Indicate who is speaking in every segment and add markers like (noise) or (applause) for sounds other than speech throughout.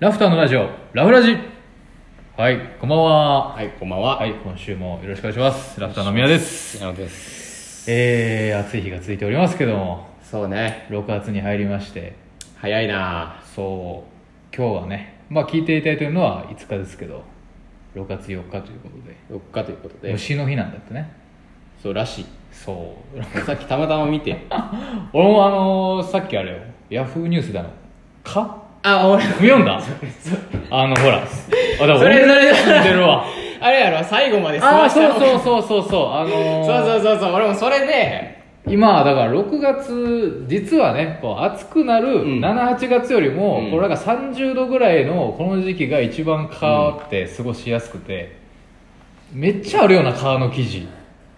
Speaker 1: ラフターのラジオラフラジはいこんばんは
Speaker 2: はい、こんばんは。
Speaker 1: はい今週もよろしくお願いしますラフターの宮です
Speaker 2: 矢野です。
Speaker 1: えー、暑い日が続いておりますけども
Speaker 2: そうね、
Speaker 1: 6月に入りまして
Speaker 2: 早いな
Speaker 1: そう今日はねまあ聞いていただいてるのは5日ですけど6月4日ということで
Speaker 2: 4日ということで。
Speaker 1: 虫の日なんだってね
Speaker 2: そうらしい。
Speaker 1: そう (laughs)
Speaker 2: さっきたまたま見て。 (laughs)
Speaker 1: 俺もあのーさっきあれよヤフーニュースだの「か
Speaker 2: あ、俺、」
Speaker 1: 読んだ (laughs) あのほらあだから
Speaker 2: それそれ
Speaker 1: 俺も見てるわ
Speaker 2: あれやろ、最後まで済
Speaker 1: あ (laughs)
Speaker 2: ま
Speaker 1: あ
Speaker 2: した
Speaker 1: そうそ
Speaker 2: う。
Speaker 1: うそうそうそうあのー
Speaker 2: そうそうそうそう、俺もそれで、
Speaker 1: 今だから6月実はねこう暑くなる
Speaker 2: うん
Speaker 1: 78月よりも、
Speaker 2: うん
Speaker 1: これなんか30度ぐらいのこの時期が一番蚊って過ごしやすくて、めっちゃあるような蚊の生地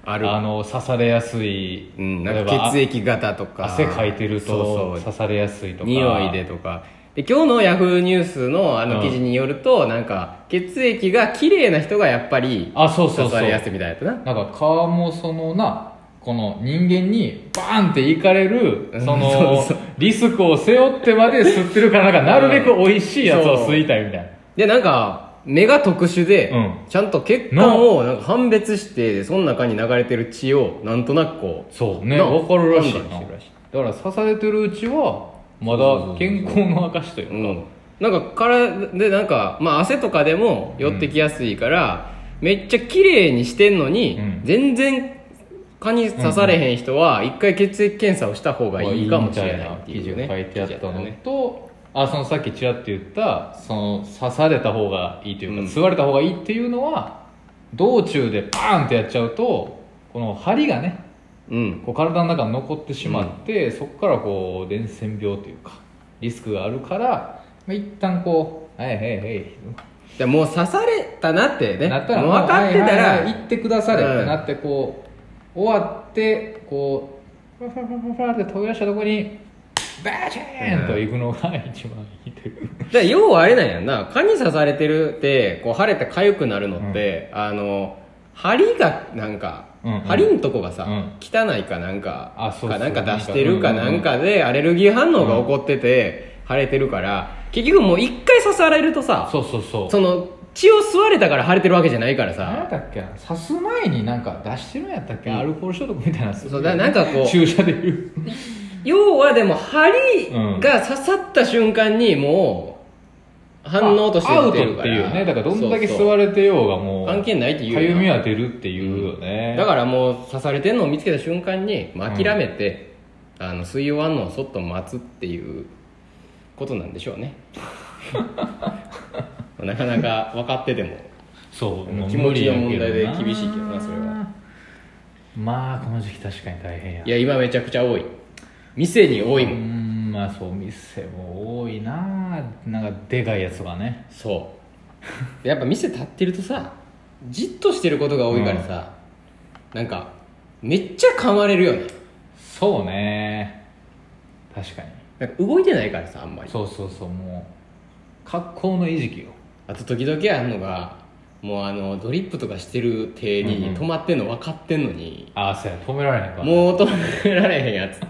Speaker 2: あ
Speaker 1: あの刺されやすい、
Speaker 2: うん、
Speaker 1: 例
Speaker 2: な
Speaker 1: え
Speaker 2: ん
Speaker 1: ば
Speaker 2: か
Speaker 1: あ
Speaker 2: 血液型とか。
Speaker 1: 汗かいてる
Speaker 2: そ
Speaker 1: と
Speaker 2: うそ
Speaker 1: 刺されやすいとか
Speaker 2: う。匂いでとか。で、今日のヤフーニュースのあの記事によると、なんか、血液が綺麗な人がやっぱり、
Speaker 1: あそうそうそう
Speaker 2: 刺されやすいみたいやったな。
Speaker 1: なんか蚊もそのなこの人間にバーンっていかれる
Speaker 2: うん
Speaker 1: そ
Speaker 2: そ
Speaker 1: の
Speaker 2: うそう
Speaker 1: リスクを背負ってまで吸ってるからなんかなるべく美味しいやつを吸いたいみたいな
Speaker 2: でなんか目が特殊で、
Speaker 1: う
Speaker 2: ちゃんと血管をなんか判別してその中に流れてる血をなんとなくこう
Speaker 1: そうね
Speaker 2: な
Speaker 1: 分かるらしいな
Speaker 2: 判
Speaker 1: だ
Speaker 2: 断してるらしい
Speaker 1: から刺されてるうちはま
Speaker 2: そうそうそ
Speaker 1: だ
Speaker 2: う
Speaker 1: 健康の証といううか
Speaker 2: ん、なんか体でなんか、まあ、汗とかでも寄ってきやすいから、めっちゃ綺麗にしてんのに、
Speaker 1: うん
Speaker 2: 全然蚊に刺されへん人は一回血液検査をした方がいいかもしれないってい
Speaker 1: 記事
Speaker 2: う
Speaker 1: が
Speaker 2: ね
Speaker 1: 書いてあったの
Speaker 2: 記事やね
Speaker 1: とあそのさっきちらっと言ったその刺された方がいいというか、
Speaker 2: うん
Speaker 1: 吸われた方がいいっていうのは道中でバーンってやっちゃうとこの針がね
Speaker 2: うん
Speaker 1: こう体の中に残ってしまって、そこからこう伝染病というかリスクがあるから、まあ、一旦こう「はいはいはい」
Speaker 2: でもう刺されたなってね
Speaker 1: なったら
Speaker 2: もう分かってた
Speaker 1: はい
Speaker 2: ら、
Speaker 1: はいはい行ってくだされっ
Speaker 2: うん
Speaker 1: てなってこう終わってこうフラフラフラフラフラって飛び出したとこにバチーンと行くのが一番いいという
Speaker 2: だから要はあれなんやんな蚊に刺されてるってこう腫れて痒くなるのって、あの針がなんか、
Speaker 1: うんうん
Speaker 2: 針のとこがさ、
Speaker 1: うん
Speaker 2: 汚いかなんか
Speaker 1: あそうそう
Speaker 2: かなんか出してるか
Speaker 1: なんか
Speaker 2: なんかでアレルギー反応が起こってて、腫れてるから結局もう一回刺されるとさ
Speaker 1: そうそうそう
Speaker 2: その血を吸われたから腫れてるわけじゃないから
Speaker 1: 何や
Speaker 2: さ
Speaker 1: ったっけな刺す前になんか出してるんやったっけ、
Speaker 2: うん
Speaker 1: アルコール消毒みたいなそう
Speaker 2: だからなんかこう
Speaker 1: 注射で言う
Speaker 2: 要はでも針が刺さった瞬間にもう反応として
Speaker 1: アウ
Speaker 2: 出
Speaker 1: トってて
Speaker 2: るから
Speaker 1: いうねだからどんだけ
Speaker 2: そう
Speaker 1: 吸
Speaker 2: そう
Speaker 1: われてようがもう
Speaker 2: 関係ないっていうよな
Speaker 1: かゆみは出るっていうよね、
Speaker 2: だからもう刺されてんのを見つけた瞬間にまあ諦めて、あの水曜反応をそっと待つっていうことなんでしょう (laughs) ねなかなか分かってても
Speaker 1: そうもう
Speaker 2: 気持ちの
Speaker 1: 無理
Speaker 2: 問
Speaker 1: や
Speaker 2: 題
Speaker 1: け
Speaker 2: で
Speaker 1: どな
Speaker 2: 厳しいけどなそれは
Speaker 1: まあこの時期確かに大変や
Speaker 2: いや今めちゃくちゃ多い店に多いうもん、
Speaker 1: んまあそう店も多いななんかでかいやつがね
Speaker 2: そうやっぱ店立ってるとさじっとしてることが多いからさ、なんかめっちゃ噛まれるよね
Speaker 1: そうね確かに
Speaker 2: なんか動いてないからさあんまり
Speaker 1: そうそうそうもう格好の餌食よ
Speaker 2: あと時々あるのがもうあのドリップとかしてる手
Speaker 1: うんうん
Speaker 2: に止まってんの分かってんのに、
Speaker 1: ああそうや止められへんから
Speaker 2: もう止められへんやつ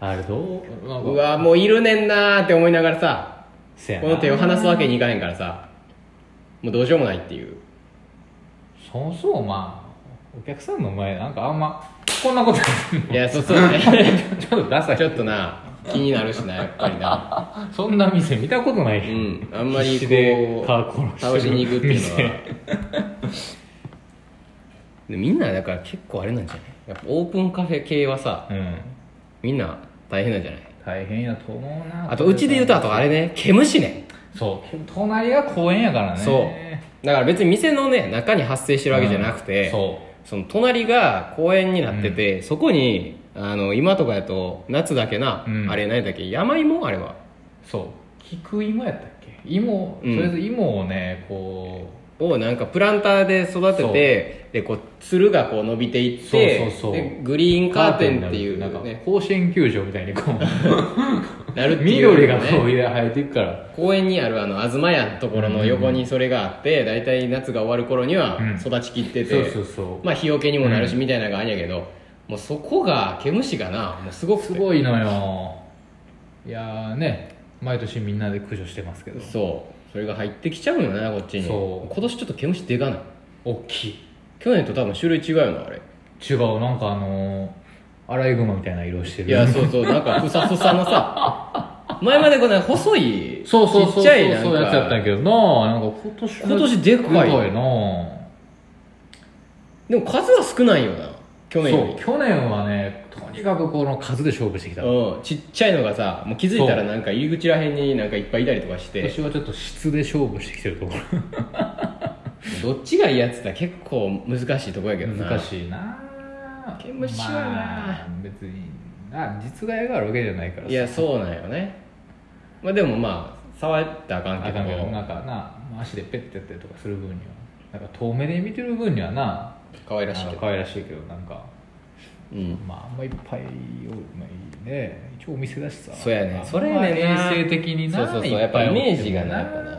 Speaker 1: あれどうなんか
Speaker 2: うわもういるねんなーって思いながらさ
Speaker 1: せやな
Speaker 2: この手を離すわけにいかへんからさもうどうしようもないっていう
Speaker 1: そもそもまあお客さんの前なんかあんまこんなこと
Speaker 2: いやそうそうね
Speaker 1: (laughs)
Speaker 2: (laughs)
Speaker 1: ちょっとダサい
Speaker 2: ちょっとな気になるしなやっぱりな
Speaker 1: そんな店見たことな
Speaker 2: う
Speaker 1: い、
Speaker 2: んあんま
Speaker 1: 必
Speaker 2: り
Speaker 1: 死で
Speaker 2: こ
Speaker 1: カー
Speaker 2: う
Speaker 1: 殺
Speaker 2: 倒
Speaker 1: して
Speaker 2: し
Speaker 1: る
Speaker 2: に行くっていうのは
Speaker 1: (laughs)
Speaker 2: でみんなだから結構あれなんじゃないやっぱオープンカフェ系はさ
Speaker 1: 店うん
Speaker 2: みんな大変なんじゃない
Speaker 1: 大変やと思うな
Speaker 2: あとうちで言うとあとあれね毛虫ね
Speaker 1: そう隣が公園やからね
Speaker 2: そうだから別に店のね中に発生してるわけじゃなくて、
Speaker 1: うんそ
Speaker 2: その隣が公園になってて、そこにあの今とかやと夏だけな、
Speaker 1: うん
Speaker 2: あれ何だっけ山芋あれは
Speaker 1: うそう菊芋やったっけ芋と
Speaker 2: うん
Speaker 1: りあえず芋をねこ
Speaker 2: をなんかプランターで育ててでこうつるがこう伸びていって
Speaker 1: そうそうそう
Speaker 2: でグリー
Speaker 1: う
Speaker 2: ンカーテンっていう
Speaker 1: なんか
Speaker 2: ね
Speaker 1: 甲子園球場みたいにこう
Speaker 2: なるっていう
Speaker 1: 緑がこう
Speaker 2: ね
Speaker 1: 生えていくから
Speaker 2: 公園にあるあの東屋のところの横にそれがあって大体、夏が終わる頃には
Speaker 1: うん
Speaker 2: 育ちきってて、
Speaker 1: そうそうそう、
Speaker 2: まあ日よけにもなるしみたいなのがあるんやけど、もうそこが毛虫がなもうすごくて
Speaker 1: すごいのよいやーね毎年みんなで駆除してますけど
Speaker 2: そうそれが入ってきちゃうよねこっちに
Speaker 1: そう
Speaker 2: 今年ちょっと毛虫でかない
Speaker 1: 大きい
Speaker 2: 去年と多分種類違うよなあれ
Speaker 1: 違うなんかあのーアライグマみたいな色してる
Speaker 2: いやそうそうなんかふさふさのさ
Speaker 1: (laughs)
Speaker 2: 前までこの細い
Speaker 1: そうそうそうそうそ
Speaker 2: ちっ
Speaker 1: う
Speaker 2: ちゃいなんか
Speaker 1: やつやったんやけどななんか今年
Speaker 2: 今年で
Speaker 1: でか
Speaker 2: かい
Speaker 1: いな
Speaker 2: でも数は少ないよな去年よ
Speaker 1: そう
Speaker 2: り
Speaker 1: 去年はねとにかくこの数で勝負してきた今
Speaker 2: うん、ちっちゃいのがさもう気づいたらなんか入り口らへんになんかいっぱいいたりとかして
Speaker 1: 年はちょっと質で勝負してきてるところ
Speaker 2: どっちがいいやつって結構難しいとこやけどな
Speaker 1: 難しいな
Speaker 2: 毛虫はな
Speaker 1: まあ別にな実害があるわけじゃないから
Speaker 2: いやそうなんよねまあでもまあ触ったらあかん
Speaker 1: あ
Speaker 2: けど
Speaker 1: かんけどなんかな足でペッてやったりとかする分にはなんか遠目で見てる分にはな
Speaker 2: 可愛らしい
Speaker 1: なんか
Speaker 2: けど
Speaker 1: 可愛らしいけどなんか
Speaker 2: うん
Speaker 1: まああんまいっぱいおまあいいね一応お店だしさ
Speaker 2: そうやね
Speaker 1: あんま
Speaker 2: それやねんな
Speaker 1: 衛生的にな
Speaker 2: そうそうそう
Speaker 1: い
Speaker 2: やっぱ
Speaker 1: ぱいお
Speaker 2: イ
Speaker 1: っても
Speaker 2: メージがなやっぱな
Speaker 1: うん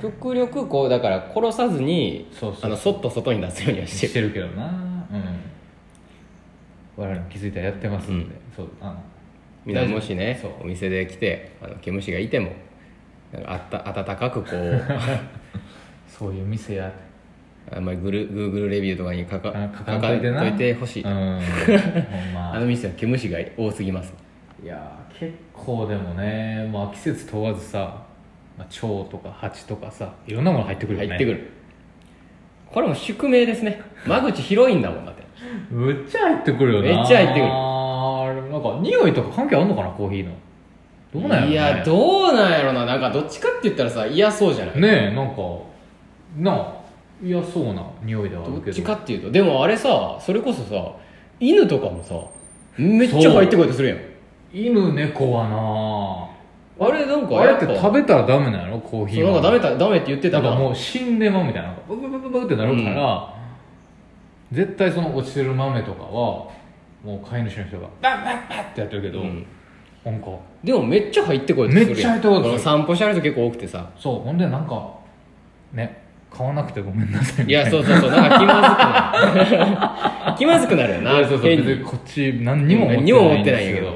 Speaker 2: 極力こうだから殺さずに
Speaker 1: そうそう
Speaker 2: あのそっと外に出すようにはし
Speaker 1: し
Speaker 2: てる
Speaker 1: てるけどなうん我々も気づいたらやってますんで、
Speaker 2: うん
Speaker 1: そうあの
Speaker 2: みんなもしね
Speaker 1: そう
Speaker 2: お店で来てあの毛虫がいてもあった温かくこ
Speaker 1: (laughs)
Speaker 2: う
Speaker 1: そういう店や
Speaker 2: あんまりグル Google レビューとかに書か
Speaker 1: あ
Speaker 2: 書
Speaker 1: 書
Speaker 2: か
Speaker 1: かん
Speaker 2: んと
Speaker 1: と
Speaker 2: い
Speaker 1: い
Speaker 2: て
Speaker 1: てな
Speaker 2: ほしい、
Speaker 1: うんほんま
Speaker 2: (laughs) あの店は毛虫が多すぎます
Speaker 1: いやー結構でもね、まあ、季節問わずさ、まあ、蝶とか蜂とかさいろんなもの入ってくるよ
Speaker 2: 入
Speaker 1: ね
Speaker 2: ってくるこれも宿命ですね間口広いんだもんだって
Speaker 1: むっちゃ入ってくるよな
Speaker 2: めっちゃ入ってくる
Speaker 1: あーなんか匂いとか関係あんのかなコーヒーのどうなんやろ、ね、
Speaker 2: いや
Speaker 1: う
Speaker 2: どうなんやろななんかどっちかって言ったらさ嫌そうじゃない、
Speaker 1: ねえなんかなあ嫌そうな匂いではあ
Speaker 2: ど
Speaker 1: るけど
Speaker 2: っちかっていうとでもあれさそれこそさ犬とかもさめっちゃ入ってこようとするやん
Speaker 1: 犬猫は
Speaker 2: あれなんか
Speaker 1: なああれって食
Speaker 2: べ
Speaker 1: べたらダメなのコーヒー
Speaker 2: そうなん
Speaker 1: は
Speaker 2: かダメだダメって言って
Speaker 1: な
Speaker 2: た
Speaker 1: んか
Speaker 2: な
Speaker 1: もう死んでまうみたいななんかブブブブブってなるから、絶対その落ちてる豆とかはもう飼い主の人がバッバッバッってやってるけど、
Speaker 2: うん
Speaker 1: なんか
Speaker 2: でもめっちゃ入ってこようとするやん
Speaker 1: めっちゃ入ってこようとする
Speaker 2: この散歩してある人結構多くてさ
Speaker 1: そうほんでなんかね買わなくてごめんなさい
Speaker 2: い
Speaker 1: みたいな
Speaker 2: やそうそうそう
Speaker 1: (laughs)
Speaker 2: なんか気まずくなる気まずくなるよ
Speaker 1: い
Speaker 2: な
Speaker 1: やそうそう
Speaker 2: 変
Speaker 1: 別
Speaker 2: に
Speaker 1: にこっち何にも
Speaker 2: 何にも思ってないん
Speaker 1: んです
Speaker 2: やけど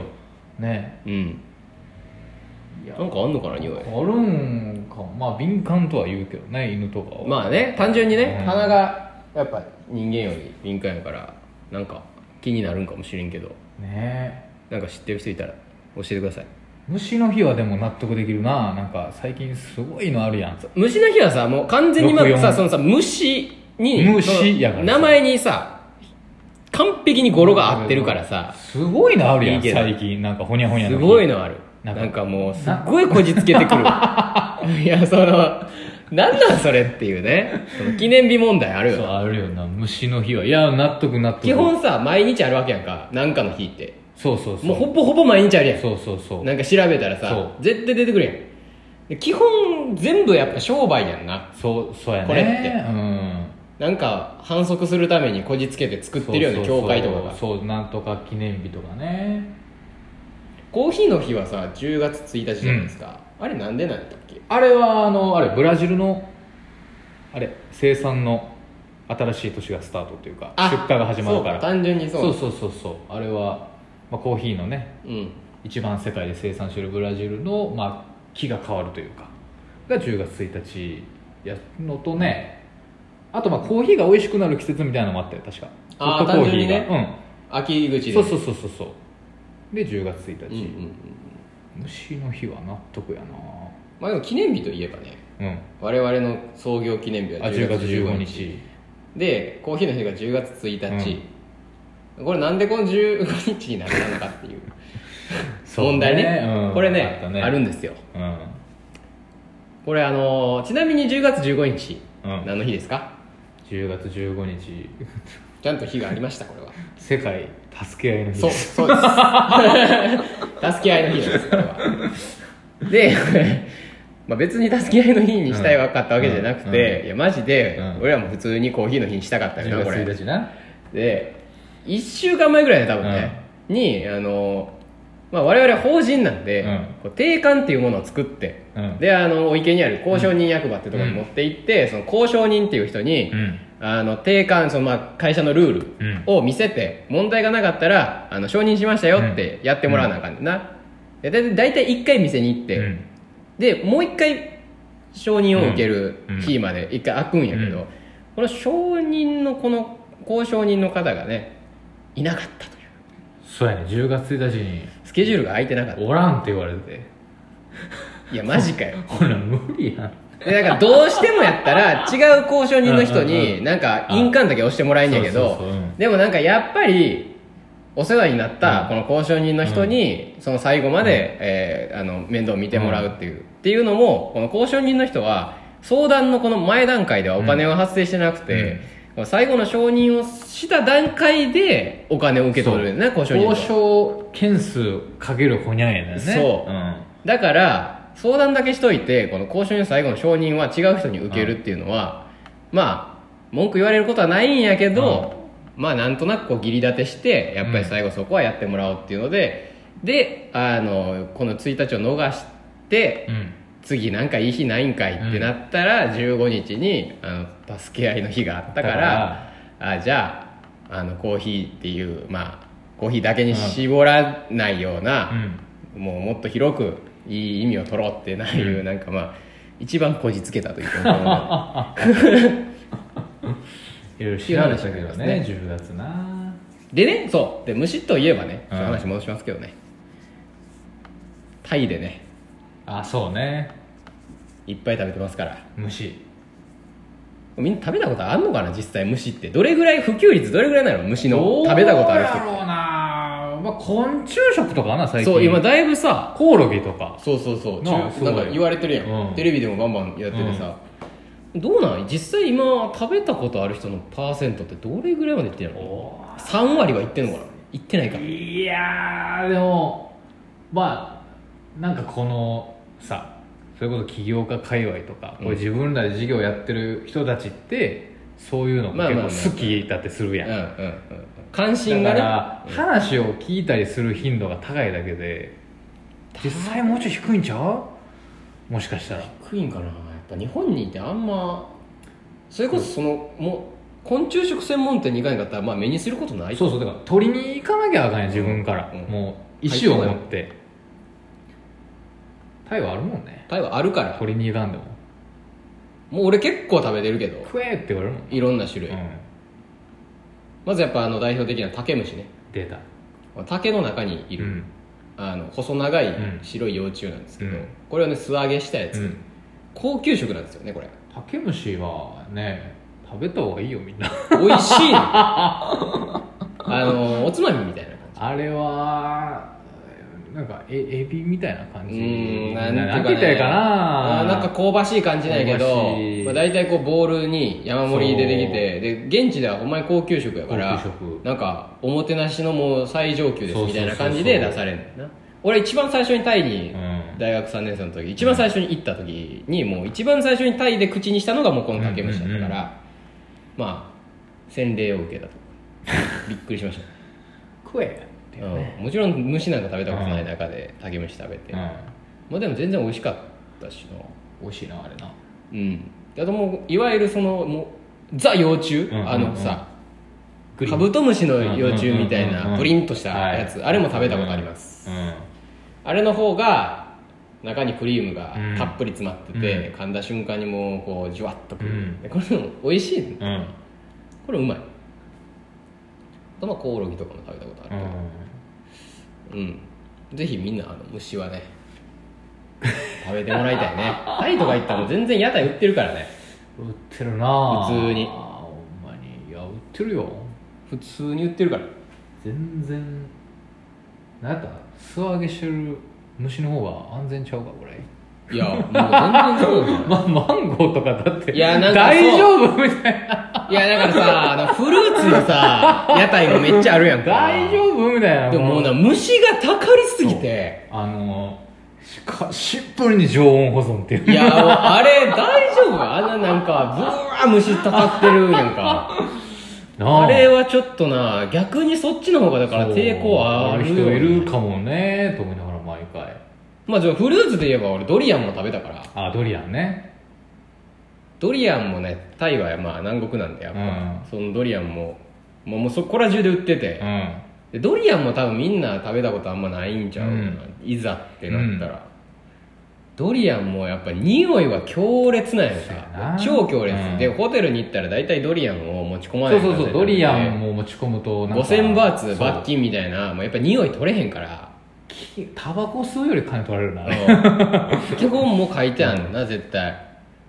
Speaker 1: ね
Speaker 2: うん
Speaker 1: いや
Speaker 2: なんかあんのかな匂い
Speaker 1: あるんかまあ敏感とは言うけどね犬とかは
Speaker 2: まあね単純にね、
Speaker 1: うん
Speaker 2: 鼻がやっぱ人間より敏感やからなんか気になるんかもしれんけど
Speaker 1: ねえ
Speaker 2: なんか知ってる人いたら教えてください
Speaker 1: 虫の日はでも納得できるななんか最近すごいのあるやん
Speaker 2: 虫の日はさもう完全に今
Speaker 1: 64
Speaker 2: さそのさ虫に
Speaker 1: 虫やから
Speaker 2: その名前にさ完璧に語呂が合ってるからさ
Speaker 1: すごいのあるや
Speaker 2: いい
Speaker 1: ん
Speaker 2: けど
Speaker 1: 最近なんかほにゃほにゃ
Speaker 2: す
Speaker 1: の
Speaker 2: ごいのあるな
Speaker 1: なんん
Speaker 2: か
Speaker 1: か
Speaker 2: もうすっごいこじつけて
Speaker 1: (laughs)
Speaker 2: くるいやそのなんなんそれっていうねその記念日問題ある
Speaker 1: そう
Speaker 2: よ
Speaker 1: あるよな虫の日はいや納得納得
Speaker 2: 基本さ毎日あるわけやんかなんかの日って
Speaker 1: そうそうそう
Speaker 2: もうほぼほぼ毎日あるやん
Speaker 1: そうそうそう
Speaker 2: なんか調べたら
Speaker 1: そ
Speaker 2: さ
Speaker 1: う
Speaker 2: 絶対出てくるやんで基本全部やっぱ商売やんな
Speaker 1: そうそうやね
Speaker 2: これって
Speaker 1: うん
Speaker 2: なんか反則するためにこじつけて作ってるよね
Speaker 1: そうそうそう
Speaker 2: 教会とかが
Speaker 1: そうなんとか記念日とかね
Speaker 2: コーヒーの日はさ10月1日じゃないですか、あれなんでなんだっけ
Speaker 1: あれはあのあれブラジルのあれ生産の新しい年がスタートというか
Speaker 2: あ
Speaker 1: 出荷が始まるか
Speaker 2: そう
Speaker 1: ら
Speaker 2: 単純にそう
Speaker 1: そうそうそうそうあれは、まあ、コーヒーのね
Speaker 2: うん
Speaker 1: 一番世界で生産しているブラジルの、まあ、木が変わるというかが10月1日やのとねあとまあコーヒーが美味しくなる季節みたいなのもあったよ確かホ
Speaker 2: あー
Speaker 1: ットコーヒーが
Speaker 2: 単純に秋口
Speaker 1: う
Speaker 2: で
Speaker 1: んそうそうそうそうそうで10月1
Speaker 2: うんうんう
Speaker 1: 日、
Speaker 2: ん
Speaker 1: 虫の日は納得や
Speaker 2: まあでも記念日といえばね
Speaker 1: なうん
Speaker 2: 我々の創業記念日は
Speaker 1: あ
Speaker 2: 10
Speaker 1: 10
Speaker 2: 月
Speaker 1: 月
Speaker 2: 15
Speaker 1: 15
Speaker 2: 日
Speaker 1: 日
Speaker 2: でコーヒーの日が10月1日、これなんでこの15日になったのかっていう
Speaker 1: そう
Speaker 2: 問題ね
Speaker 1: うん
Speaker 2: これ
Speaker 1: あった
Speaker 2: ね
Speaker 1: ね
Speaker 2: あるんですよ
Speaker 1: うん
Speaker 2: これあのーちなみに10月15日、
Speaker 1: うん
Speaker 2: 何の日ですか
Speaker 1: 10月15日
Speaker 2: ちゃんと日がありましたこれは
Speaker 1: 世界助け合いの日
Speaker 2: そうそうです
Speaker 1: (laughs)
Speaker 2: 助け合いの日なんですこれはで (laughs) まあ別に助け合いの日にしたいわかったわけじゃなくて、
Speaker 1: うん
Speaker 2: いやマジで、
Speaker 1: うん
Speaker 2: 俺らも普通にコーヒーの日にしたかったよ
Speaker 1: 10
Speaker 2: なこ
Speaker 1: 月
Speaker 2: れ
Speaker 1: 1日な
Speaker 2: で1週間前ぐらいね多分ね、にあの、まあ、我々法人なんで、
Speaker 1: うん
Speaker 2: こう定款っていうものを作って、
Speaker 1: うん
Speaker 2: であのお池にある交渉人役場ってところに持って行って、その交渉人っていう人に、
Speaker 1: うん
Speaker 2: あの定款その、まあ、会社のルールを見せて、問題がなかったらあの承認しましたよってやってもらわなあかんねんな、やだい大体1回店に行って、
Speaker 1: うん
Speaker 2: でもう1回承認を受ける日まで1回開くんやけど、
Speaker 1: うん
Speaker 2: この承認のこの交渉人の方がねいなかったという
Speaker 1: そうやね10月1日に
Speaker 2: スケジュールが空いてなかっ
Speaker 1: 「おらん」って言われて
Speaker 2: たいやマジかよ
Speaker 1: ほら無理やん
Speaker 2: でなんかどうしてもやったら違う交渉人の人
Speaker 1: うんうんう
Speaker 2: に
Speaker 1: ん
Speaker 2: なんか印鑑だけ押してもらえんやけ
Speaker 1: あそうそうそうう
Speaker 2: ど
Speaker 1: ん
Speaker 2: でもなんかやっぱりお世話になった
Speaker 1: うん
Speaker 2: この交渉人の人にその最後まで、えーあの面倒を見てもらうっていう、っていうのもこの交渉人の人は相談のこの前段階ではお金は発生してなくて、最後の承認をした段階でお金を受け取るね交渉人の
Speaker 1: 交
Speaker 2: 人
Speaker 1: 渉
Speaker 2: は
Speaker 1: 件数かけるほにゃんやねんね
Speaker 2: そうだから相談だけしといてこの交渉人の最後の承認は違う人に受けるっていうのは、まあ文句言われることはないんやけど、まあなんとなくこう義理立てしてやっぱり最後そこはやってもらおうっていうので、であのこの1日を逃して、
Speaker 1: うん、うん
Speaker 2: 次なんかいい日ないんかいってなったら、15日にあの助け合いの日があったか
Speaker 1: だ
Speaker 2: ら
Speaker 1: から
Speaker 2: あじゃああのコーヒーっていうまあコーヒーだけに絞らないような、
Speaker 1: うん
Speaker 2: もうもっと広くいい意味を取ろうってないう、なんかまあ一番こじつけたとい
Speaker 1: (laughs)
Speaker 2: うか
Speaker 1: いろいろ調べたけどね10月な
Speaker 2: でねそうで虫といえばねちょっ
Speaker 1: うん
Speaker 2: と話戻しますけどねタイでね
Speaker 1: あそうね
Speaker 2: いっぱい食べてますから
Speaker 1: 虫
Speaker 2: みんな食べたことあんのかな実際虫ってどれぐらい普及率どれぐらいなの虫の食べたことある
Speaker 1: どうやろうな、まあ、昆虫食とかな最
Speaker 2: 人
Speaker 1: 近
Speaker 2: そう今だいぶさ
Speaker 1: コオロギとか
Speaker 2: そうそうそう
Speaker 1: なあ
Speaker 2: 中
Speaker 1: すご
Speaker 2: ないんか言われてるやん、
Speaker 1: うん
Speaker 2: テレビでもバンバンやっててさ、どうなん実際今食べたことある人のパーセントってどれぐらいまでいってんの3割はいってんのかないってないか
Speaker 1: いやーでもまあなんかこのさそれこそ起業家界隈とか、
Speaker 2: うん
Speaker 1: これ自分らで事業やってる人たちってそういうの
Speaker 2: まあ
Speaker 1: が
Speaker 2: まあまあ
Speaker 1: 結構好きだってするやん、
Speaker 2: うんうんうん関心
Speaker 1: だ
Speaker 2: が
Speaker 1: か
Speaker 2: ね
Speaker 1: ら話を聞いたりする頻度が高いだけで実際もうちょい低いんちゃうもしかしたら
Speaker 2: 低いんかなやっぱ日本にいてあんまそれこそその、もう昆虫食専門店に行かなかったら、まあ、目にすることない
Speaker 1: そうそうだから取りに行かなきゃあかんやん自分から、
Speaker 2: うん
Speaker 1: もう石を持ってタイはあるもんね
Speaker 2: タイはあるから
Speaker 1: 取りに行かんでも
Speaker 2: もう俺結構食べてるけど
Speaker 1: 食えって言われるもん、
Speaker 2: いろんな種類、
Speaker 1: うん、
Speaker 2: まずやっぱあの代表的な竹虫ね
Speaker 1: 出た
Speaker 2: 竹の中にいる、
Speaker 1: うん
Speaker 2: あの細長い
Speaker 1: うん
Speaker 2: 白い幼虫なんですけど、
Speaker 1: うん
Speaker 2: これをね素揚げしたやつ、
Speaker 1: うん
Speaker 2: 高級食なんですよねこれ
Speaker 1: 竹虫はね食べた方がいいよみんな
Speaker 2: 美味し
Speaker 1: (laughs)
Speaker 2: いのあのおつまみみたいな感じ
Speaker 1: あれはなんかえエビみたいな感
Speaker 2: う
Speaker 1: じ
Speaker 2: ーんなんていうかね
Speaker 1: なんて言ったらいいかな
Speaker 2: あーなんか香ばしい感じなんやけ
Speaker 1: 香
Speaker 2: ど
Speaker 1: ばしい、
Speaker 2: まあ、大体こうボールに山盛り出てきてで現地ではほんまに高級食やから
Speaker 1: 高級食
Speaker 2: なんかおもてなしのもう最上級ですみたいな感じで
Speaker 1: そうそうそうそう
Speaker 2: 出されるんだよな俺一番最初にタイに
Speaker 1: うん
Speaker 2: 大学3年生の時一番最初に行った時にもう一番最初にタイで口にしたのがもうこの竹虫だったか
Speaker 1: うんうんうん
Speaker 2: らまあ洗礼を受けたとびっくりしました
Speaker 1: (laughs) 食えっていうね、
Speaker 2: うんもちろん虫なんか食べたことない中で竹虫食べて
Speaker 1: うん
Speaker 2: まあでも全然美味しかったしな
Speaker 1: 美味しいなあれな
Speaker 2: うん、あともういわゆるそのもうザ幼虫、
Speaker 1: んうんうん
Speaker 2: あのさ
Speaker 1: グリー
Speaker 2: カ
Speaker 1: ン
Speaker 2: ブトムシの幼虫みたい
Speaker 1: うんうんうんうんう
Speaker 2: なんプリンとしたやつ、あれも食べたことあります、あれの方が中にクリームが
Speaker 1: うん
Speaker 2: たっぷり詰まってて、
Speaker 1: う
Speaker 2: 噛んだ瞬間にもうこうじゅわっとくる、
Speaker 1: うん
Speaker 2: でこれも美味しいね
Speaker 1: うんうん、
Speaker 2: これうまいあとまあコオロギとかも食べたことあ
Speaker 1: う
Speaker 2: る
Speaker 1: ん
Speaker 2: けどうん、ぜひみんなあの虫はね食べてもらいたいねタイとか行ったらもう全然屋台売ってるからね
Speaker 1: 売ってるな
Speaker 2: 普通に
Speaker 1: あーほんまにいや売ってるよ
Speaker 2: 普通に売ってるから
Speaker 1: 全然なんやった素揚げしてる虫の方が安全ちゃうかこれ
Speaker 2: いや、もう全然そうよ。
Speaker 1: ま、マンゴーとかだって
Speaker 2: いやなんかそう
Speaker 1: 大丈夫みたいない
Speaker 2: や、だからさ、あのフルーツのさ、屋台もめっちゃあるやんか。
Speaker 1: 大丈夫みたいな
Speaker 2: でももうな、虫がたかりすぎて。
Speaker 1: あのしかシンプルに常温保存っていう
Speaker 2: いや、もうあれ、大丈夫あんななんか、ブワー虫たかってるやんか。
Speaker 1: な
Speaker 2: あれはちょっとな、逆にそっちの方がだから
Speaker 1: そう
Speaker 2: 抵抗ある
Speaker 1: 人
Speaker 2: よ
Speaker 1: いるかもねと思いながら毎回
Speaker 2: まあ、じゃあフルーツで言えば俺、ドリアンも食べたから。
Speaker 1: あドリアンね
Speaker 2: ドリアンもね、タイはまあ南国なんで、やっぱ。
Speaker 1: うん
Speaker 2: そのドリアンも、もうもうそこら中で売ってて。
Speaker 1: うん
Speaker 2: でドリアンも多分みんな食べたことあんまないんちゃう、
Speaker 1: うん
Speaker 2: いざってなったら、ドリアンもやっぱ匂いは強烈なんや
Speaker 1: そうやな
Speaker 2: さ超強烈、
Speaker 1: うん
Speaker 2: でホテルに行ったら大体ドリアンを持ち込まな
Speaker 1: そ
Speaker 2: いう
Speaker 1: そうそうドリアン
Speaker 2: も
Speaker 1: も持ち込むとなんか
Speaker 2: 5000バーツ
Speaker 1: そう
Speaker 2: 罰金みたいなもうやっぱ匂い取れへんから
Speaker 1: きタバコ吸うより金取られるなあれ
Speaker 2: うん基本も書いてあんのな絶対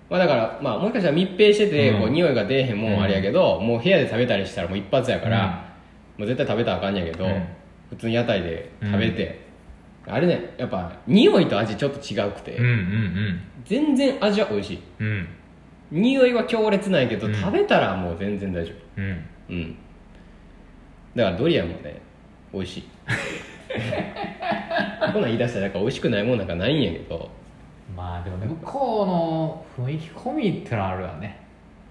Speaker 2: まあだから、まあ、もしかしたら密閉してて、
Speaker 1: うん
Speaker 2: こう匂いが出えへんもんあれやけど、もう部屋で食べたりしたらもう一発やから、もう絶対食べたらあかんやけど、
Speaker 1: うん
Speaker 2: 普通に屋台で食べて、あれねやっぱ匂いと味ちょっと違うくて、
Speaker 1: うんうん
Speaker 2: 全然味は美味しい
Speaker 1: うんうん
Speaker 2: 匂いは強烈ないけど、
Speaker 1: うん
Speaker 2: 食べたらもう全然大丈
Speaker 1: うん
Speaker 2: 夫うんだからドリアンもね美
Speaker 1: (laughs)
Speaker 2: 味しいこんなん言い出したらなんか美味しくないもんなんかないんやけど
Speaker 1: まあでも向こうの雰囲気込みってのはあるわね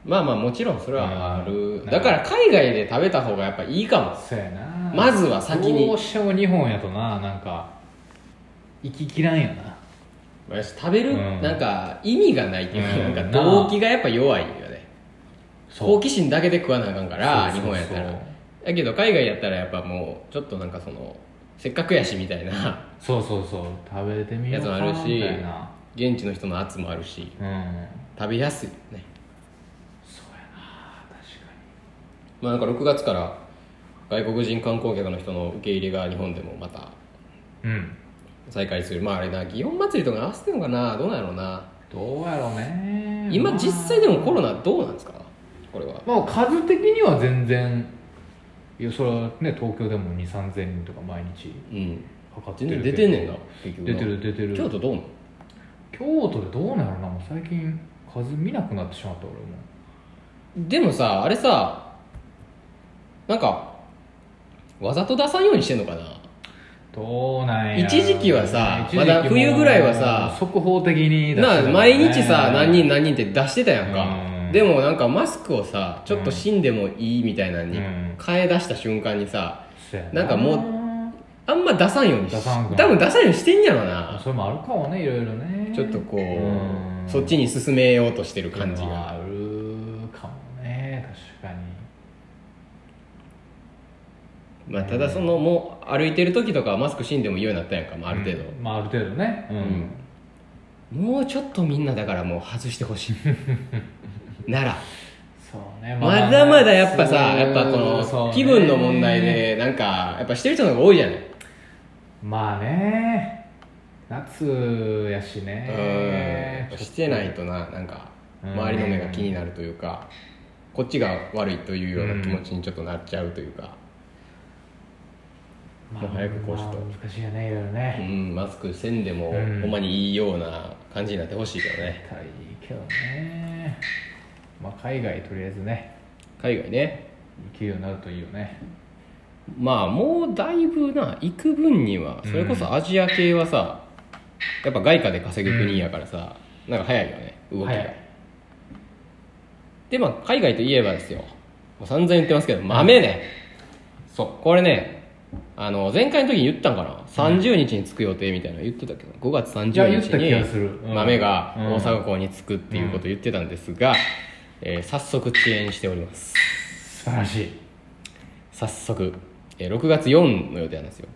Speaker 2: まあまあもちろんそれはある、
Speaker 1: うん
Speaker 2: だから海外で食べた方がやっぱいいかも
Speaker 1: そうやな
Speaker 2: まずは先に
Speaker 1: どうしても日本やとななんか行ききらんよな
Speaker 2: 私食べる、
Speaker 1: うん
Speaker 2: なんか意味がないっていうか,、
Speaker 1: うん
Speaker 2: なんか
Speaker 1: な
Speaker 2: 動機がやっぱ弱いよね
Speaker 1: そう
Speaker 2: 好奇心だけで食わなあかんから
Speaker 1: そう
Speaker 2: 日
Speaker 1: そうそう
Speaker 2: 本やったらだけど海外やったらやっぱもうちょっとなんかそのせっかくやしみたいな
Speaker 1: そうそうそう食べてみようかな
Speaker 2: やつもあるし
Speaker 1: みたいな
Speaker 2: 現地の人の圧もあるし
Speaker 1: うん
Speaker 2: 食べやすいよね
Speaker 1: そうやな確か
Speaker 2: まあなんか6月から外国人観光客の人の受け入れが日本でもまた
Speaker 1: にうん
Speaker 2: 再開するまああれな祇園祭とかに合わせてんのかなどうなんやろうな
Speaker 1: どうやろうね
Speaker 2: 今
Speaker 1: まあ
Speaker 2: 実際でもコロナどうなんですかこれは
Speaker 1: まあ数的には全然いやそれはね東京でも2 3 0 0人とか毎日
Speaker 2: うん
Speaker 1: 測って
Speaker 2: 全
Speaker 1: るけ
Speaker 2: 然出
Speaker 1: ど
Speaker 2: てんねんな結局
Speaker 1: 出
Speaker 2: な
Speaker 1: てる出てる
Speaker 2: 京都どうなの
Speaker 1: 京都でどうなるなもう最近数見なくなってしまった俺も
Speaker 2: でもさあれさなんかわざと出さんようにしてんのかな
Speaker 1: どうなんや
Speaker 2: 一時期はさ
Speaker 1: 一時期も
Speaker 2: まだ冬ぐらいはさ
Speaker 1: 速報的に出してたから
Speaker 2: な
Speaker 1: ね
Speaker 2: 毎日さ何人何人って出してたやん
Speaker 1: う
Speaker 2: か
Speaker 1: ん
Speaker 2: でもなんかマスクをさちょっと死んでもいいみたいなのに
Speaker 1: うん
Speaker 2: 変え出した瞬間にさ
Speaker 1: そうや
Speaker 2: なんかもうあんま出さんようにし
Speaker 1: 出さんか
Speaker 2: 多分出さんようにしてんやろ
Speaker 1: あ
Speaker 2: な
Speaker 1: それもあるかもねいろいろね
Speaker 2: ちょっとこ
Speaker 1: うん
Speaker 2: うそっちに進めようとしてる感じ
Speaker 1: っていうのは
Speaker 2: が
Speaker 1: あるかもね確かに
Speaker 2: まあ、ただそのもう歩いてる時とかはマスクしんでもいいようになったやんか、まあ、ある程度、
Speaker 1: うんまあある程度ねうん、
Speaker 2: もうちょっとみんなだからもう外してほしいなら
Speaker 1: そうね
Speaker 2: まだまだやっぱさやっぱこの気分の問題でなんかやっぱしてる人の方が多いじゃない
Speaker 1: まあね夏やしね
Speaker 2: うんしてないとななんか
Speaker 1: うん
Speaker 2: 周りの目が気になるというかこっちが悪いというような気持ちにちょっとなっちゃうというか、
Speaker 1: ま
Speaker 2: もう早くこうし
Speaker 1: ま
Speaker 2: と
Speaker 1: あ難しいよねいろいろ
Speaker 2: う
Speaker 1: ね、
Speaker 2: ん、マスクせんで
Speaker 1: う
Speaker 2: も
Speaker 1: ん
Speaker 2: ほんまにいいような感じになってほしいけどね
Speaker 1: たらいいけどねまあ海外とりあえずね
Speaker 2: 海外ね
Speaker 1: 行けるようになるといいよね
Speaker 2: まあもうだいぶな行く分にはそれこそアジア系はさ、やっぱ外貨で稼ぐ国やからさ、なんか早いよね動きが、
Speaker 1: 早い
Speaker 2: でまあ海外といえばですよもう散々言ってますけど豆ね、そうこれねあの前回の時に言ったんかな30日に着く予定みたいなの言ってたけど5月
Speaker 1: いや言っ
Speaker 2: 30日
Speaker 1: た気がする
Speaker 2: に豆が
Speaker 1: うん
Speaker 2: 大阪港に着くっていうことを言ってたんですが、えー早速遅延しております
Speaker 1: 素晴らしい
Speaker 2: 早速、えー6月4の予定なんですよ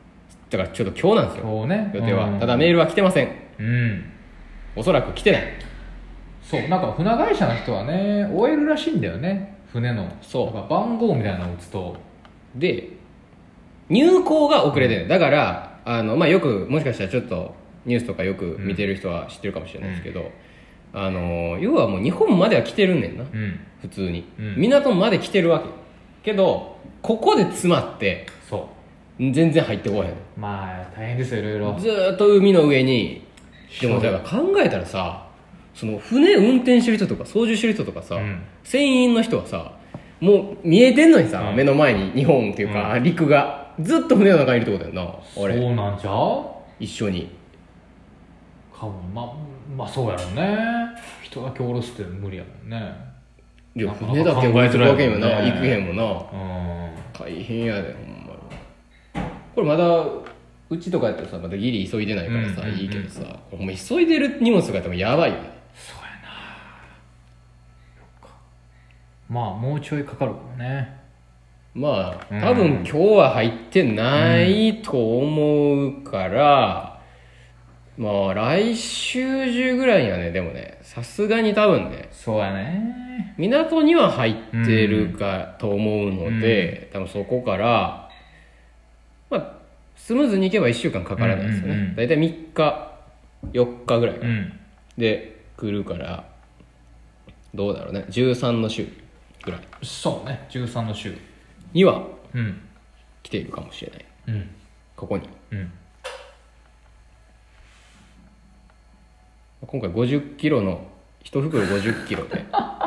Speaker 2: だからちょっと今日なんですよ
Speaker 1: そうね
Speaker 2: 予定は、
Speaker 1: うん
Speaker 2: ただメールは来てません
Speaker 1: うん
Speaker 2: おそらく来てない
Speaker 1: そうなんか船会社の人はね OL らしいんだよね船の
Speaker 2: そう
Speaker 1: なんか番号みたいなのを打つと
Speaker 2: で入港が遅れてるだからあの、まあ、よくもしかしたらちょっとニュースとかよく見てる人は知ってるかもしれないですけど、あの要はもう日本までは来てるんねんな
Speaker 1: うん
Speaker 2: 普通に、
Speaker 1: うん
Speaker 2: 港まで来てるわけけどここで詰まって
Speaker 1: そ
Speaker 2: 全然入ってこへん
Speaker 1: うまあ大変ですよいろいろ
Speaker 2: ずーっと海の上にでもだから考えたらさその船運転してる人とか操縦してる人とかさ、
Speaker 1: うん
Speaker 2: 船員の人はさもう見えてんのにさ、
Speaker 1: うん
Speaker 2: 目の前に日本っていうか、陸がずっと船の中にいるってことやんな俺
Speaker 1: そうなんちゃう
Speaker 2: 一緒に
Speaker 1: かもままあそうやろね人だけ下ろすって無理やもんね
Speaker 2: いや
Speaker 1: なかなか
Speaker 2: 船だけ動いてるわけにもな、
Speaker 1: 考えづらいもんね
Speaker 2: 行くへんもんな
Speaker 1: う
Speaker 2: 大変やでほんまにこれまだうちとかやったらさまだギリ急いでないからさ、
Speaker 1: うんうんうん
Speaker 2: いいけどさこれほんま急いでる荷物とかやってもやばいよね
Speaker 1: んまあもうちょいかかるかもね
Speaker 2: ま
Speaker 1: うん
Speaker 2: あ多分今日は入ってないと思うから、まあ来週中ぐらいにはねでもねさすがに多分ね
Speaker 1: そうやね
Speaker 2: 港には入ってるかと思うので、多分そこから、まあ、スムーズに行けば1週間かからないですよね、
Speaker 1: うんうんうん
Speaker 2: 大体3日4日ぐらいか
Speaker 1: う
Speaker 2: なんで来るからどうだろうね13の週ぐらい
Speaker 1: そうね13の週
Speaker 2: には
Speaker 1: うん
Speaker 2: 来ているかもしれない
Speaker 1: うん
Speaker 2: ここに
Speaker 1: うん
Speaker 2: 今回50キロの1袋50キロで、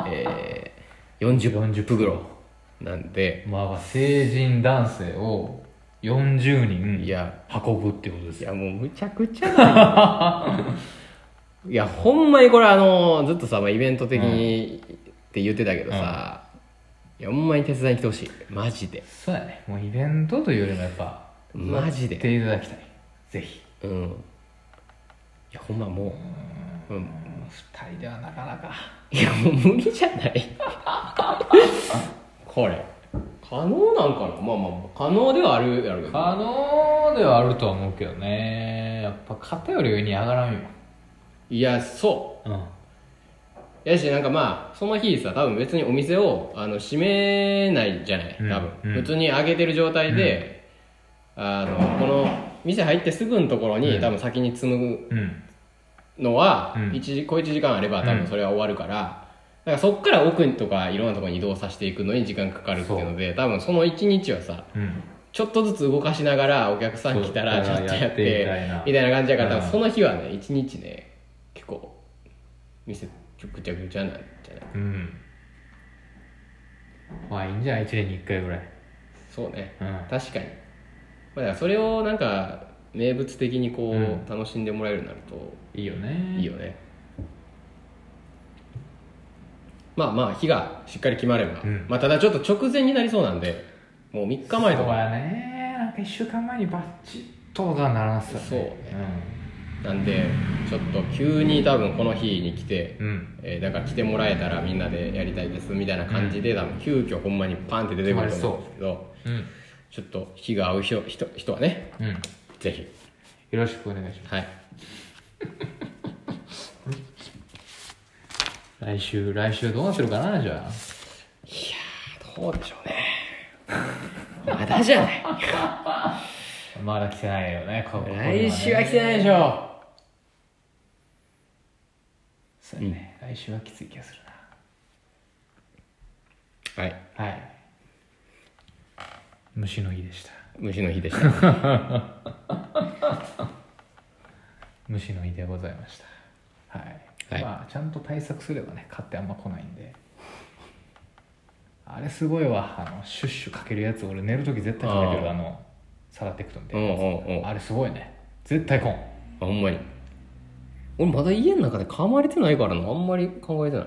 Speaker 2: えー、40
Speaker 1: 40
Speaker 2: 袋なんで
Speaker 1: まあ成人男性を40
Speaker 2: い
Speaker 1: 人
Speaker 2: や
Speaker 1: 運ぶってことです
Speaker 2: い
Speaker 1: よ
Speaker 2: やもうむちゃくちゃだないやほんまにこれあのずっとさ、まあ、イベント的にって言ってたけどさ、いやほんまに手伝いに来てほしいマジで
Speaker 1: そうやねもうイベントというよりもやっぱ
Speaker 2: マジで
Speaker 1: やっていただきたいぜひ
Speaker 2: うんいやほんまもう、うん、
Speaker 1: 2人ではなかなか
Speaker 2: いやもう無理じゃないこれ可能なんかなまあまあまあ可能ではあるやろうけど
Speaker 1: 可能ではあるとは思うけどねやっぱ肩より上に上がらんよ
Speaker 2: いやそ
Speaker 1: うん
Speaker 2: うやしなんかまあその日さ多分別にお店をあの閉めないじゃない
Speaker 1: うん
Speaker 2: 多分、
Speaker 1: うん
Speaker 2: 普通に開けてる状態で、あのこの店入ってすぐのところに、
Speaker 1: うん
Speaker 2: 多分先に積む
Speaker 1: うん
Speaker 2: のは、
Speaker 1: うん
Speaker 2: 一時小1時間あれば多分それは終わるから、だからそっから奥とかいろんなところに移動させていくのに時間かかるっていうので多分その1日はさ
Speaker 1: うん
Speaker 2: ちょっとずつ動かしながらお客さん来たらち
Speaker 1: そ
Speaker 2: ょ
Speaker 1: う
Speaker 2: っとやっ
Speaker 1: やってみ
Speaker 2: て
Speaker 1: たいな
Speaker 2: みたいな感じやから多
Speaker 1: う
Speaker 2: 分
Speaker 1: ん
Speaker 2: その日はね一日ね結構店ぐちゃぐちゃなんじゃない
Speaker 1: うんまあいいんじゃない1年に1回ぐらい
Speaker 2: そうね
Speaker 1: うん
Speaker 2: 確かにまあだからそれをなんか名物的にこ
Speaker 1: うん
Speaker 2: う楽しんでもらえるようになる
Speaker 1: いいよ
Speaker 2: と
Speaker 1: ね
Speaker 2: いいよねまあまあ日がしっかり決まれば
Speaker 1: うん
Speaker 2: まあただちょっと直前になりそうなんでもう3日前と
Speaker 1: そう
Speaker 2: か
Speaker 1: やねなんか1週間前にバッチッとがならんっすよね
Speaker 2: そうなんでちょっと急に多分この日に来て
Speaker 1: うん、うん、
Speaker 2: えーだから来てもらえたらみんなでやりたいですみたいな感じで、多分急遽ほんまにパンって出てくると思うんですけど
Speaker 1: うん
Speaker 2: ちょっと日が合う人人人はね
Speaker 1: うんよ
Speaker 2: ぜひ
Speaker 1: ろしくお願いします
Speaker 2: はい
Speaker 1: 来週来週どうなってるかなじゃあ
Speaker 2: どうでしょうね (laughs) まだじゃない
Speaker 1: まだ来てないよねここにはね
Speaker 2: 来週は来てないでしょ
Speaker 1: そうやね、来週はきつい気がする
Speaker 2: はい
Speaker 1: なはい虫の日でした
Speaker 2: 虫の日でした (laughs)
Speaker 1: 虫の日でございましたはい、
Speaker 2: はい
Speaker 1: まあちゃんと対策すればね買ってあんま来ないんであれすごいわあのシュッシュかけるやつ俺寝る時絶対かけてる
Speaker 2: あー
Speaker 1: あのサラテクトみた
Speaker 2: う
Speaker 1: い
Speaker 2: ん
Speaker 1: な
Speaker 2: う
Speaker 1: やつ
Speaker 2: んうんあ
Speaker 1: あれすごいね絶対来ん
Speaker 2: ほんまに俺まだ家の中で噛まれてないからなあんまり考えてない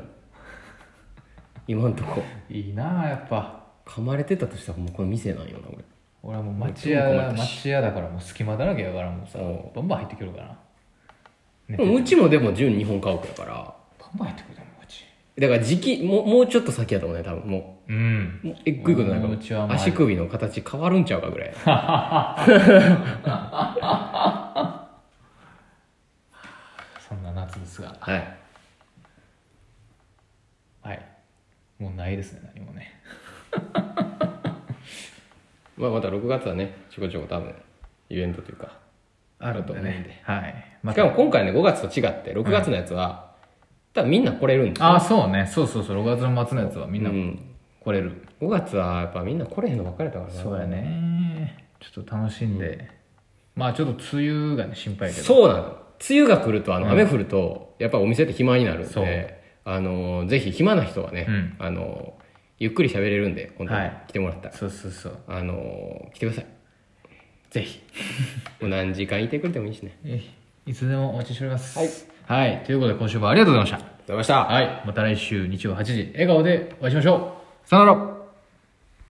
Speaker 2: 今んとこ
Speaker 1: いいなあやっぱ
Speaker 2: 噛まれてたとしたらもうこの店なんよな俺
Speaker 1: 俺はもう町屋
Speaker 2: 俺超困ったし
Speaker 1: 町屋だからもう隙間だらけやからもうさ
Speaker 2: お
Speaker 1: バンバン入ってくるからね
Speaker 2: でも
Speaker 1: バ
Speaker 2: うちもでも純日本家屋やから
Speaker 1: ンバン入ってくるでもうち
Speaker 2: だから時期もうもうちょっと先やと思うね多分も
Speaker 1: うん
Speaker 2: うもうえっぐいことな
Speaker 1: うんう
Speaker 2: い
Speaker 1: ち
Speaker 2: か
Speaker 1: は
Speaker 2: も
Speaker 1: まあ
Speaker 2: 足首の形変わるんちゃうかぐら
Speaker 1: (laughs)
Speaker 2: い
Speaker 1: そんな夏ですが
Speaker 2: はい
Speaker 1: はいもうないですね何もね
Speaker 2: まあまた6月はねちょこちょこ多分イベントというか
Speaker 1: あ
Speaker 2: ると思うんで
Speaker 1: はいま
Speaker 2: しかも今回ね5月と違って6月のやつは、多分みんな来れるんです
Speaker 1: ああそうねそうそうそう6月の末のやつはみんな
Speaker 2: うん
Speaker 1: 来れる、
Speaker 2: 5月はやっぱみんな来れへんの分かれたからな
Speaker 1: そうやねちょっと楽しんで、まあちょっと梅雨がね心配やけど
Speaker 2: そうなの梅雨が来るとあの雨降ると、やっぱお店って暇になるん
Speaker 1: そう
Speaker 2: であのぜひ暇な人はね、
Speaker 1: うん
Speaker 2: あのゆっくり喋れるんで本当に
Speaker 1: はい
Speaker 2: 来てもらったら、
Speaker 1: そうそうそう
Speaker 2: あの来てください
Speaker 1: ぜひ
Speaker 2: もう何時間いてくれてもいいしね。
Speaker 1: えいつでもお待ちしておりますはい、ということで今週もありがとうございまし
Speaker 2: ありがとうございました
Speaker 1: たはいまた来週日曜8時笑顔でお会いしましょうさよなら